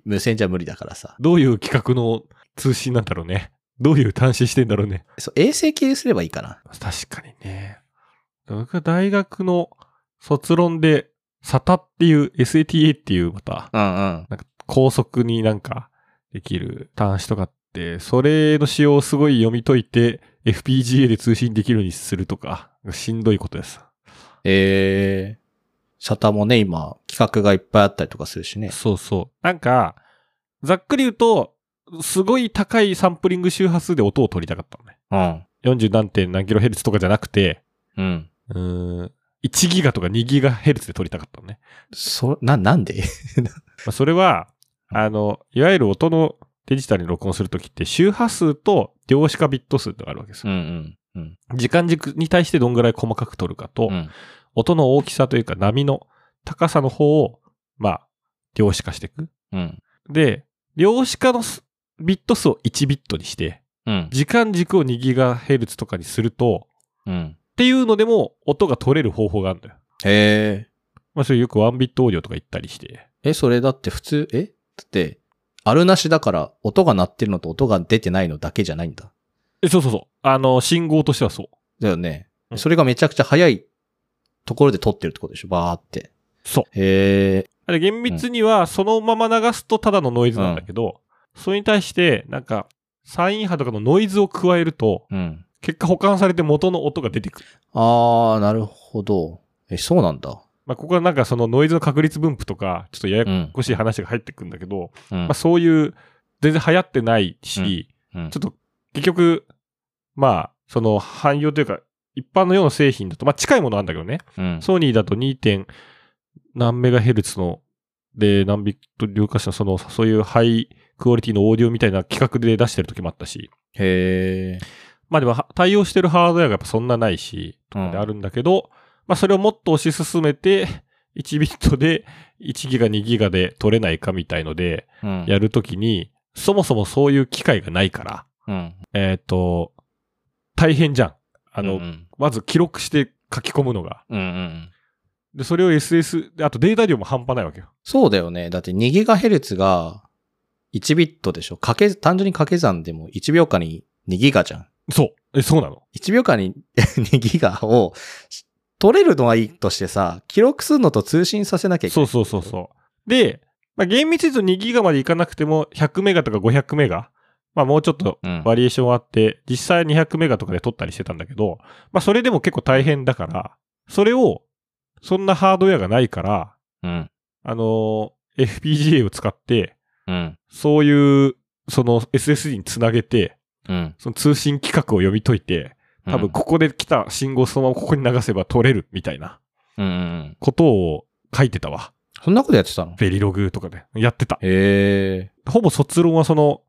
Speaker 1: 無線じゃ無理だからさ。
Speaker 2: どういう企画の通信なんだろうね。どういう端子してんだろうね。
Speaker 1: そう、衛星系すればいいかな。
Speaker 2: 確かにね。僕は大学の卒論で、SATA っていう SATA っていうまた、
Speaker 1: うんうん。
Speaker 2: なんか高速になんかできる端子とかって、それの仕様をすごい読み解いて、FPGA で通信できるようにするとか、しんどいことです。
Speaker 1: えー、シャタもね、今、企画がいっぱいあったりとかするしね。
Speaker 2: そうそう。なんか、ざっくり言うと、すごい高いサンプリング周波数で音を取りたかったのね。
Speaker 1: うん。
Speaker 2: 40何点何キロヘルツとかじゃなくて、
Speaker 1: うん。
Speaker 2: うーん、1ギガとか2ギガヘルツで取りたかったのね。
Speaker 1: そ、な、なんで
Speaker 2: まあ、それは、あの、いわゆる音のデジタルに録音するときって、周波数と量子化ビット数ってのがあるわけですよ
Speaker 1: んうん。うん。
Speaker 2: 時間軸に対してどんぐらい細かく取るかと、
Speaker 1: うん
Speaker 2: 音の大きさというか波の高さの方を、まあ、量子化していく。
Speaker 1: うん。
Speaker 2: で、量子化のすビット数を1ビットにして、
Speaker 1: うん。
Speaker 2: 時間軸を 2GHz とかにすると、
Speaker 1: うん。
Speaker 2: っていうのでも音が取れる方法があるんだよ。
Speaker 1: へえ。
Speaker 2: まあ、それよく1ビットオーディオとか言ったりして。
Speaker 1: え、それだって普通、えだって、あるなしだから、音が鳴ってるのと音が出てないのだけじゃないんだ。
Speaker 2: えそうそうそう。あの、信号としてはそう。
Speaker 1: だよね
Speaker 2: う。ん
Speaker 1: それがめちゃくちゃ早いところで撮ってるってことでしょバーって。
Speaker 2: そう。
Speaker 1: へえ。
Speaker 2: で厳密にはそのまま流すとただのノイズなんだけど、それに対して、なんか、サイン波とかのノイズを加えると、
Speaker 1: うん。
Speaker 2: 結果保管されて元の音が出てくる。
Speaker 1: あー、なるほど。え、そうなんだ。
Speaker 2: まあ、ここはなんかそのノイズの確率分布とか、ちょっとやや
Speaker 1: うん。
Speaker 2: こしい話が入ってくるんだけど、
Speaker 1: うん
Speaker 2: まあ、そういう、全然流行ってないし、
Speaker 1: うん
Speaker 2: ちょっと結局、まあ、その汎用というか、一般のような製品だと、まあ近いものなんだけどね、
Speaker 1: うん
Speaker 2: ソニーだと 2. 点何メガヘルツの、で、何ビット量化したその、そういうハイクオリティのオーディオみたいな企画で出してる時もあったし、
Speaker 1: へえ。
Speaker 2: まあでもは対応してるハードウェアがやっぱそんなないし、
Speaker 1: う
Speaker 2: であ
Speaker 1: ん。
Speaker 2: るんだけど、まあそれをもっと推し進めて、1ビ ットで1ギガ2ギガで取れないかみたいので、
Speaker 1: うん
Speaker 2: やるときに、そもそもそういう機会がないから、
Speaker 1: うん。
Speaker 2: えっ、と、大変じゃん。あ
Speaker 1: あ
Speaker 2: の、
Speaker 1: うん
Speaker 2: まず記録して書き込むのが。
Speaker 1: うんうん。
Speaker 2: で、それを SS、であとデータ量も半端ないわけよ。
Speaker 1: そうだよね。だって 2GHz が1ビットでしょ掛け、単純に掛け算でも1秒間に2ギガじゃん。
Speaker 2: そう。え、そうなの。
Speaker 1: 1秒間に 2ギガを取れるのはいいとしてさ、記録するのと通信させなきゃいけ
Speaker 2: そ
Speaker 1: な
Speaker 2: う
Speaker 1: い。
Speaker 2: そうそうそう。で、まあ、厳密に言うと2ギガまでいかなくても100メガとか500メガ、まあもうちょっと
Speaker 1: うん
Speaker 2: バリエーションあって、実際200メガとかで撮ったりしてたんだけど、まあそれでも結構大変だから、それを、そんなハードウェアがないから、
Speaker 1: うん。
Speaker 2: あのー FPGA を使って、
Speaker 1: うん。
Speaker 2: そういう、その SSD につなげて、
Speaker 1: うん。
Speaker 2: その通信規格を読み解いて、多分ここで来た信号をそのままここに流せば取れるみたいな
Speaker 1: うん、うんうん。
Speaker 2: ことを書いてたわ。
Speaker 1: そんなことやってたの
Speaker 2: ベリログとかでやってた。
Speaker 1: へえ。
Speaker 2: ほぼ卒論はその、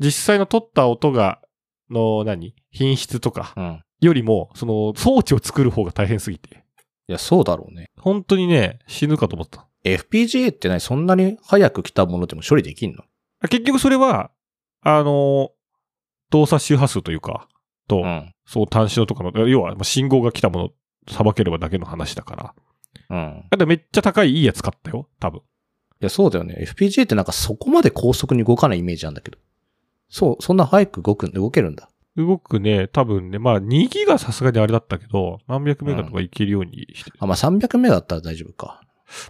Speaker 2: 実際の撮った音が、の何品質とか
Speaker 1: うん。
Speaker 2: よりも、その装置を作る方が大変すぎて。
Speaker 1: いや、そうだろうね。
Speaker 2: 本当にね、死ぬかと思った。
Speaker 1: FPGA ってね、そんなに早く来たものでも処理できんの
Speaker 2: 結局それは、あの、動作周波数というか、と、
Speaker 1: うん。
Speaker 2: そう単子のとかの、要はまあ信号が来たもの、さばければだけの話だから。
Speaker 1: うん。
Speaker 2: だってめっちゃ高いいいやつ買ったよ、多分。
Speaker 1: いや、そうだよね。FPGA ってなんかそこまで高速に動かないイメージなんだけど。そう、そんな早く動く、動けるんだ。
Speaker 2: 動くね、多分ね、まあ2ギガさすがにあれだったけど、何百メガとかいけるようにして、
Speaker 1: あ、まあ、300メガだったら大丈夫か。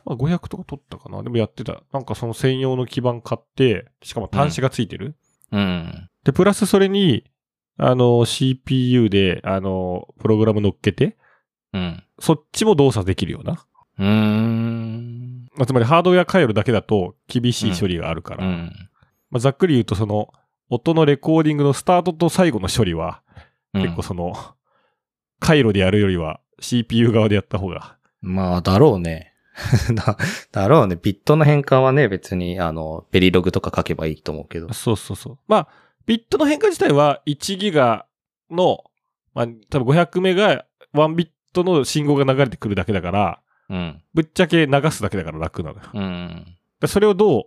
Speaker 2: まあ500とか取ったかな。でもやってた。なんかその専用の基板買って、しかも端子がついてる。
Speaker 1: うん。
Speaker 2: で、プラスそれに、あの、CPU で、あの、プログラム乗っけて、
Speaker 1: うん。
Speaker 2: そっちも動作できるような。
Speaker 1: うーん。
Speaker 2: まあ、つまりハードウェア回路だけだと厳しい処理があるから。
Speaker 1: うん。
Speaker 2: まあ、ざっくり言うとその、音のレコーディングのスタートと最後の処理は、
Speaker 1: うん
Speaker 2: 結構その、回路でやるよりは CPU 側でやった方が。
Speaker 1: まあ、だろうね。 だ、だろうね。ビットの変換はね、別に、あの、ベリログとか書けばいいと思うけど。
Speaker 2: そうそうそう。まあ、ビットの変化自体は1ギガの、まあ、多分500メガ1ビットの信号が流れてくるだけだから、
Speaker 1: うん。
Speaker 2: ぶっちゃけ流すだけだから楽なのよ。
Speaker 1: うん。
Speaker 2: でそれをどう、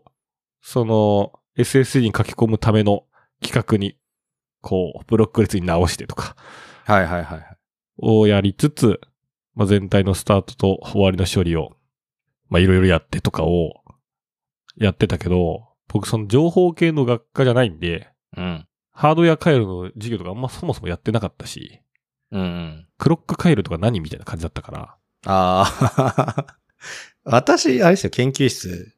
Speaker 2: その、SSD に書き込むための規格に、こう、ブロック列に直してとか、
Speaker 1: はいはいはいはい。
Speaker 2: をやりつつ、まあ、全体のスタートと終わりの処理を、まあ、いろいろやってとかを、やってたけど、僕その情報系の学科じゃないんで、
Speaker 1: うん。
Speaker 2: ハードウェア回路の授業とかあんまそもそもやってなかったし、
Speaker 1: うんうん。
Speaker 2: クロック回路とか何みたいな感じだったから、
Speaker 1: ああ。 私、あれですよ、研究室、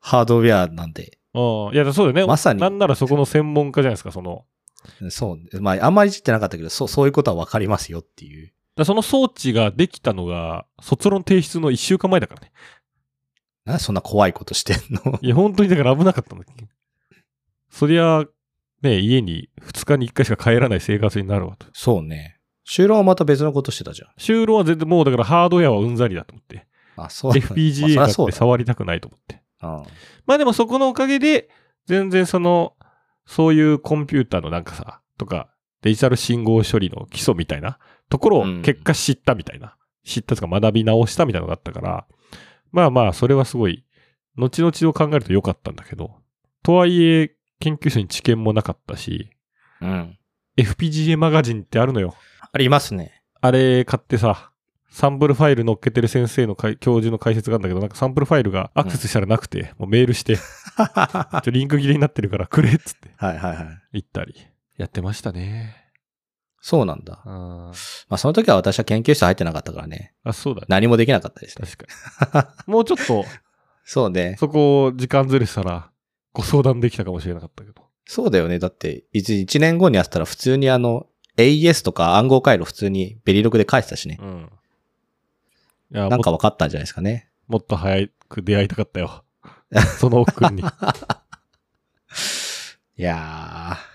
Speaker 1: ハードウェアなんで。
Speaker 2: うん、いや、そうだよね。
Speaker 1: まさに
Speaker 2: なんならそこの専門家じゃないですか、その。
Speaker 1: そう。まあ、あんまり知ってなかったけど、そう、そういうことはわかりますよっていう。
Speaker 2: だからその装置ができたのが、卒論提出の1週間前だからね。
Speaker 1: なんでそんな怖いことしてん の
Speaker 2: いや、本当にだから危なかったんだっけ。そりゃ、ね、家に2日に1回しか帰らない生活になるわと。
Speaker 1: そうね。就労はまた別のことしてたじゃん。
Speaker 2: 就労は全然もうだからハードウェアはうんざりだと思って。
Speaker 1: あ、そう。
Speaker 2: FPGA
Speaker 1: ま
Speaker 2: だ
Speaker 1: あ
Speaker 2: っ
Speaker 1: そりゃ
Speaker 2: て
Speaker 1: そう
Speaker 2: 触りたくないと思って。
Speaker 1: だ。うん
Speaker 2: まあでもそこのおかげで、全然その、そういうコンピューターのなんかさ、とか、デジタル信号処理の基礎みたいなところ
Speaker 1: うん
Speaker 2: を結果知ったみたいな、知ったとか学び直したみたいなのがあったから、まあまあ、それはすごい、後々を考えると良かったんだけど、とはいえ、研究所に知見もなかったし、
Speaker 1: うん。
Speaker 2: FPGA マガジンってあるのよ。
Speaker 1: ありますね。
Speaker 2: あれ買ってさ、サンプルファイル載っけてる先生のかい教授の解説があるんだけど、なんかサンプルファイルがアクセスしたらなくて、もうメール して、ち
Speaker 1: は
Speaker 2: ょリンク切れになってるからくれっつって
Speaker 1: いはいはい。
Speaker 2: 言ったり。やってましたね。
Speaker 1: そうなんだ。
Speaker 2: あ
Speaker 1: まあ、その時は私は研究室入ってなかったからね。
Speaker 2: あ、そうだね。
Speaker 1: 何もできなかったですね。
Speaker 2: 確か に。もうちょっと、
Speaker 1: そうね。
Speaker 2: そこを時間ずれしたら、ご相談できたかもしれなかったけど。
Speaker 1: そうだよね。だって、1年後にやってたら普通にあの、AES とか暗号回路普通にベリログで返してたしね。
Speaker 2: うん。いや、
Speaker 1: なんか
Speaker 2: も
Speaker 1: 分かったんじゃないですかね。
Speaker 2: もっと早く出会いたかった よ。その奥君に。
Speaker 1: いやー。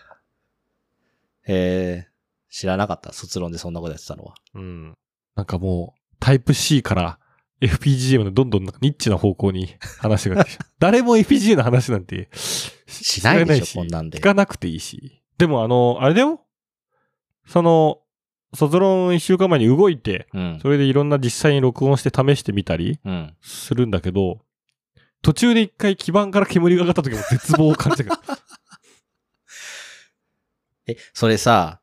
Speaker 1: えー、知らなかった。卒論でそんなことやってたのは。
Speaker 2: うん。なんかもう、タイプ C から FPGA までどんどんなんかニッチな方向に話が来て きた誰も FPGA の話なんてし
Speaker 1: しないでしょ
Speaker 2: し
Speaker 1: こんなんで
Speaker 2: 聞かなくていいし。でもあの、あれだよ。その、卒論一週間前に動いて、
Speaker 1: うん
Speaker 2: そ。れでいろんな実際に録音して試してみたり
Speaker 1: うん。
Speaker 2: するんだけど、途中で一回基盤から煙が上がった時も絶望を感じたから。
Speaker 1: え、それさ、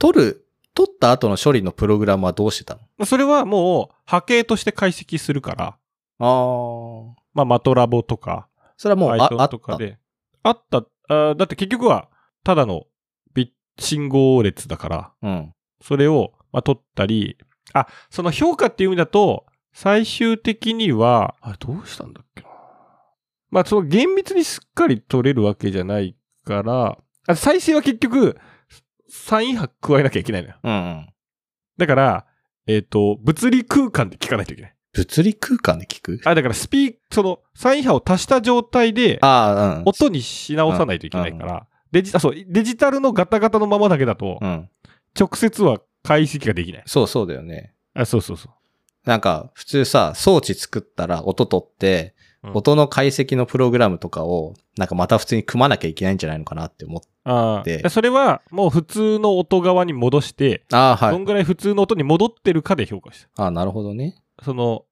Speaker 1: 取る、取った後の処理のプログラムはどうしてた
Speaker 2: まあそれはもう波形として解析するから、
Speaker 1: のあ
Speaker 2: まあマトラボとか、
Speaker 1: あ。それはもう、あ、あ
Speaker 2: Python
Speaker 1: っ
Speaker 2: とか
Speaker 1: た。
Speaker 2: で。あった、あーだって結局は、ただのビッ信号列だから、
Speaker 1: うん。
Speaker 2: それを、まあ、取ったり、あ、その評価っていう意味だと、最終的には、あれどうしたんだっけな。まあ、その厳密にすっかり取れるわけじゃないから、あ再生は結局、サイン波加えなきゃいけないのよ。
Speaker 1: うんうん。
Speaker 2: だから、えっ、と、物理空間で聞かないといけない。
Speaker 1: 物理空間で聞く
Speaker 2: あ、だからスピー、その、サイン波を足した状態で、
Speaker 1: ああ、うん。
Speaker 2: 音にし直さないといけないから、デジあそうデジタルのガタガタのままだけだと、
Speaker 1: うん。
Speaker 2: 直接は解析ができない。
Speaker 1: そうそうだよね。
Speaker 2: あ、そうそうそう。
Speaker 1: なんか、普通さ、装置作ったら音取って、
Speaker 2: うん
Speaker 1: 音の解析のプログラムとかを、なんかまた普通に組まなきゃいけないんじゃないのかなって思って。
Speaker 2: ああ。
Speaker 1: で
Speaker 2: でそれは、もう普通の音側に戻して、
Speaker 1: ああ、は
Speaker 2: ど
Speaker 1: い
Speaker 2: ん。ぐらい普通の音に戻ってるかで評価した。
Speaker 1: ああ、なるほどね。
Speaker 2: その、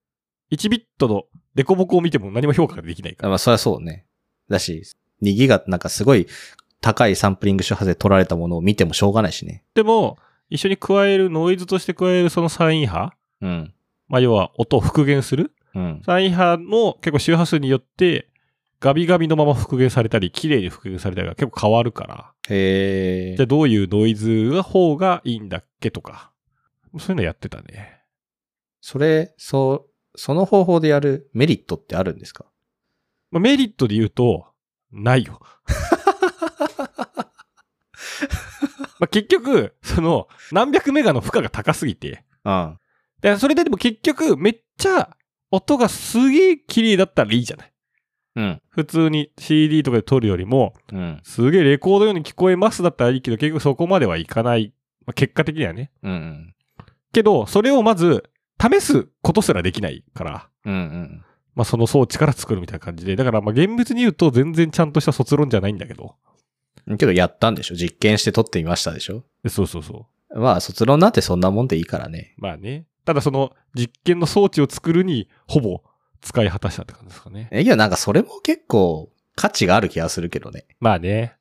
Speaker 2: 1ビットのデコボコを見ても何も評価ができないから。
Speaker 1: まあ、そりゃそうね。だし、2ギガ、なんかすごい高いサンプリング周波数で取られたものを見てもしょうがないしね。
Speaker 2: でも、一緒に加える、ノイズとして加えるそのサイン波、
Speaker 1: うん。
Speaker 2: まあ、要は音を復元する。
Speaker 1: うん。
Speaker 2: サイン波の結構周波数によって、ガビガビのまま復元されたり、綺麗に復元されたりが結構変わるから。
Speaker 1: へえ
Speaker 2: じゃ。あどういうノイズが方がいいんだっけとか。そういうのやってたね。
Speaker 1: それ、そう、その方法でやるメリットってあるんですか
Speaker 2: まあ、メリットで言うと、ないよ。 まあ結局、その、何百メガの負荷が高すぎて、
Speaker 1: うん。
Speaker 2: でそれででも結局、めっちゃ音がすげえ綺麗だったらいいじゃない。
Speaker 1: うん。
Speaker 2: 普通に CD とかで撮るよりも、
Speaker 1: うん。
Speaker 2: すげえレコードように聞こえますだったらいいけど、結局そこまではいかない。まあ、結果的にはね。
Speaker 1: うん。
Speaker 2: けど、それをまず、試すことすらできないから、
Speaker 1: うん。うん。
Speaker 2: まあその装置から作るみたいな感じで、だからまあ厳密に言うと全然ちゃんとした卒論じゃないんだけど。
Speaker 1: うん。けどやったんでしょ実験して撮ってみましたでしょ
Speaker 2: でそうそうそ
Speaker 1: まあ、卒論なんてそんなもんでいいからね。
Speaker 2: う。まあね。ただその実験の装置を作るにほぼ使い果たしたって感じですかね。
Speaker 1: え、いや、なんかそれも結構価値がある気がするけどね。
Speaker 2: まあね。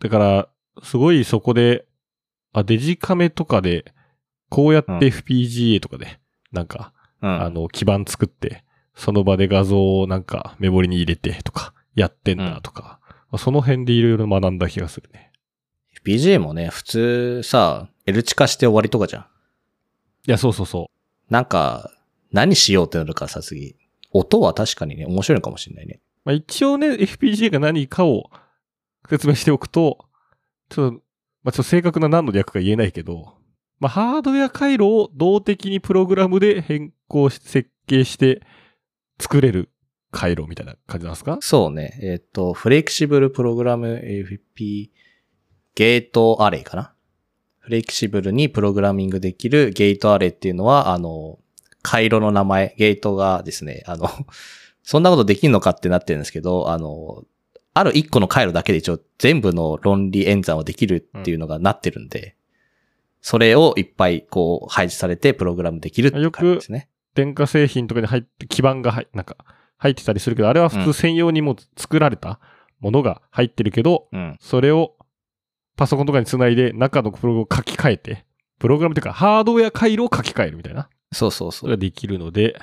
Speaker 2: だから、すごいそこで、あ、デジカメとかで、こうやって
Speaker 1: うん
Speaker 2: FPGA とかで、なんか、
Speaker 1: うん。
Speaker 2: あの、基板作って、その場で画像をなんかメモリに入れてとか、やってんだとか、まあその辺でいろいろ学んだ気がするね。
Speaker 1: FPGA もね、普通さ、L 値化して終わりとかじゃん。
Speaker 2: いや、そうそうそう。
Speaker 1: なんか、何しようってなるからさ、次。音は確かにね、面白いのかもしれないね。
Speaker 2: まあ、一応ね、FPGA が何かを説明しておくと、ちょっと、まあ、ちょっと正確な何の略か言えないけど、まあ、ハードウェア回路を動的にプログラムで変更して、設計して作れる回路みたいな感じなんですか
Speaker 1: そうね。えっ、と、フレキシブルプログラム FP ゲートアレイかな。フレキシブルにプログラミングできるゲートアレイっていうのは、あの、回路の名前、ゲートがですね、あの、 そんなことできんのかってなってるんですけど、あの、ある一個の回路だけで一応全部の論理演算をできるっていうのがなってるんで、それをいっぱいこう配置されてプログラムできるっていう感じですね。
Speaker 2: 電化製品とかに入って、基板が入なんか入ってたりするけど、あれは普
Speaker 1: う
Speaker 2: 通
Speaker 1: ん
Speaker 2: 専用にもう作られたものが入ってるけど、
Speaker 1: うん。
Speaker 2: それをパソコンとかにつないで中のプログラムを書き換えて、プログラムというかハードウェア回路を書き換えるみたいな。
Speaker 1: そうそうそ。
Speaker 2: そうれができるので、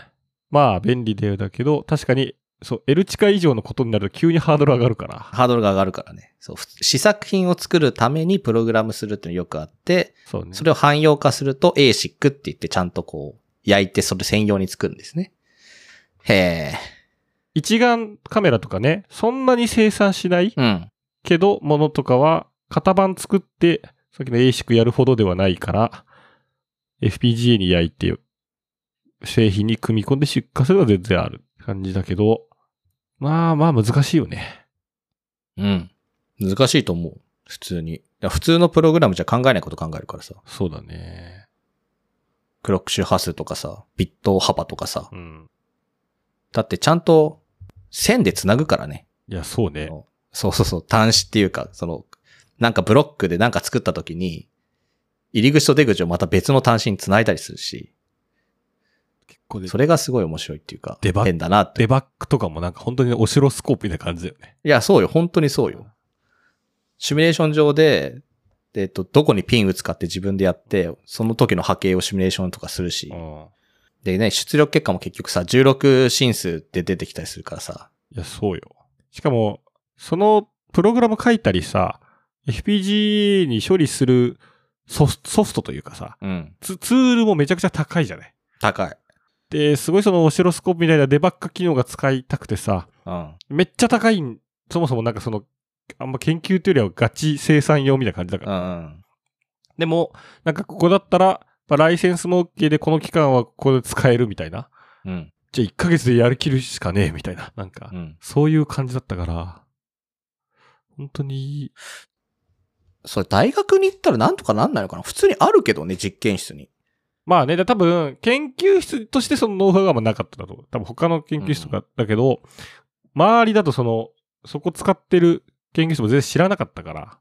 Speaker 2: まあ便利だだけど、確かに、そう、L 近以上のことになると急にハードル上がるから。
Speaker 1: ハードルが上がるからね。そう。ふ試作品を作るためにプログラムするっていうのよくあって、
Speaker 2: そうね。
Speaker 1: それを汎用化すると ASIC って言ってちゃんとこう、焼いてそれ専用に作るんですね。へえ。
Speaker 2: 一眼カメラとかね、そんなに生産しない
Speaker 1: うん。
Speaker 2: けど、ものとかは、型番作って、さっきの ASIC やるほどではないから、FPGA に焼いて、製品に組み込んで出荷するのは全然ある感じだけど、まあまあ難しいよね。
Speaker 1: うん。難しいと思う。普通に。いや普通のプログラムじゃ考えないこと考えるからさ。
Speaker 2: そうだね。
Speaker 1: クロック周波数とかさ、ビット幅とかさ
Speaker 2: う。ん。
Speaker 1: だってちゃんと線で繋ぐからね。
Speaker 2: いや、そうね
Speaker 1: あ。のそうそうそう、端子っていうか、その、なんかブロックでなんか作った時に、入り口と出口をまた別の端子に繋いだりするし、
Speaker 2: 結構で
Speaker 1: それがすごい面白いっていうか、
Speaker 2: デバッ
Speaker 1: 変だなって。
Speaker 2: デバッグとかもなんか本当にオシロスコープみたいな感じだよね。
Speaker 1: いや、そうよ、本当にそうよ。シミュレーション上で、えっと、どこにピン打つかって自分でやって、その時の波形をシミュレーションとかするし、でね、出力結果も結局さ、16進数で出てきたりするからさ、
Speaker 2: いや、そうよ。しかも、そのプログラム書いたりさ、FPGA に処理するソフソフトというかさ
Speaker 1: うん。
Speaker 2: ツ、ツールもめちゃくちゃ高いじゃない。
Speaker 1: 高い。
Speaker 2: で、すごいそのオシロスコープみたいなデバッグ機能が使いたくてさ、
Speaker 1: うん。
Speaker 2: めっちゃ高いん、そもそもなんかその、あんま研究というよりはガチ生産用みたいな感じだから
Speaker 1: う。ん。
Speaker 2: でも、なんかここだったら、まあライセンスも OK で、この期間はここで使えるみたいな。
Speaker 1: うん。
Speaker 2: じゃあ1ヶ月でやりきるしかねえみたいな。なんか
Speaker 1: う、ん。
Speaker 2: そういう感じだったから、本当に、
Speaker 1: それ大学に行ったらなんとかなんないのかな普通にあるけどね、実験室に。
Speaker 2: まあね、だ多分、研究室としてそのノウハウがあんまなかっただと思う。多分他の研究室とかだけど、周りだとその、そこ使ってる研究室も全然知らなかったから、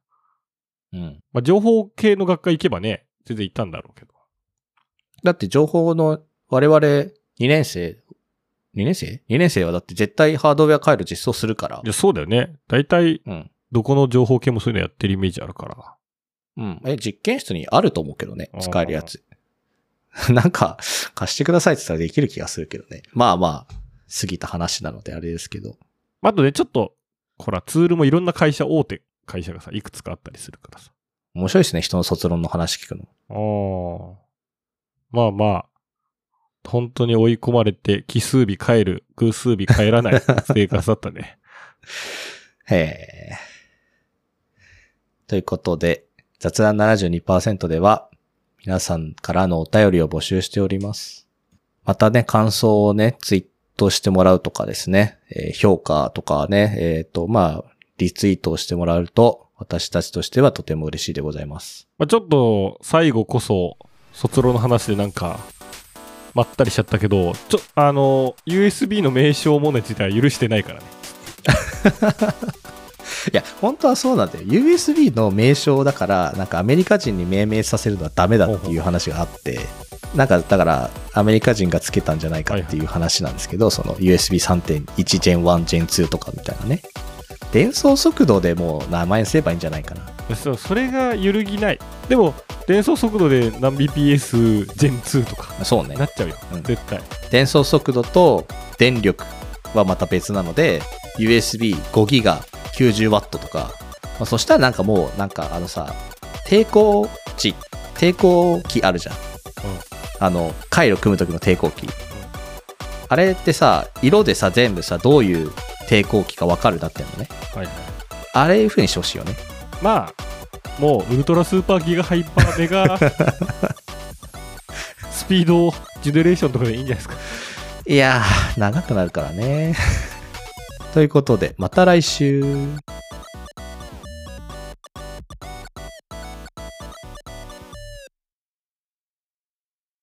Speaker 1: うん。
Speaker 2: まあ情報系の学科行けばね、全然行ったんだろうけど。
Speaker 1: だって情報の我々2年生、2年生 ?2 年生はだって絶対ハードウェア回路実装するから
Speaker 2: いや、。そうだよね。大体、
Speaker 1: うん。
Speaker 2: どこの情報系もそういうのやってるイメージあるから。
Speaker 1: うん。え、実験室にあると思うけどね
Speaker 2: あ。ー
Speaker 1: 使えるやつ。 なんか、貸してくださいって言ったらできる気がするけどね。まあまあ、過ぎた話なのであれですけど。
Speaker 2: あとね、ちょっと、ほら、ツールもいろんな会社、大手会社がさ、いくつかあったりするからさ。
Speaker 1: 面白いですね、人の卒論の話聞くの。
Speaker 2: ああ。まあまあ、本当に追い込まれて、奇数日帰る、偶数日帰らない 生活だったね。
Speaker 1: へえ。ということで、雑談72%では、皆さんからのお便りを募集しております。またね、感想をね、ツイートしてもらうとかですね、えー評価とかね、えっ、と、まあ、リツイートをしてもらうと、私たちとしてはとても嬉しいでございます。
Speaker 2: まあちょっと、最後こそ、卒論の話でなんか、まったりしちゃったけど、ちょ、あの、USB の名称もね、自体は許してないからね。
Speaker 1: いや、本当はそうなんだよ。USB の名称だから、なんかアメリカ人に命名させるのはダメだっていう話があって、なんかだからアメリカ人がつけたんじゃないかっていう話なんですけど、その USB3.1 Gen1、Gen2 とかみたいなね。伝送速度でもう名前にすればいいんじゃないかな。
Speaker 2: そうそれが揺るぎない。でも、伝送速度で何 BPS Gen2 とか、
Speaker 1: そうね
Speaker 2: な。っちゃうよ。
Speaker 1: うん
Speaker 2: 絶対。
Speaker 1: 伝送速度と電力はまた別なので USB5 ギガ 90W とか、まあそしたらなんかもうなんかあのさ抵抗値抵抗器あるじゃん、あの回路組む時の抵抗器、あれってさ色でさ全部さどういう抵抗器か分かるなってんのね
Speaker 2: はいはい。
Speaker 1: あれいう風にしてほしいよね
Speaker 2: まあ、もうウルトラスーパーギガハイパーメガスピードジェネレーションとかでいいんじゃないですか。
Speaker 1: いやー長くなるからねということでまた来週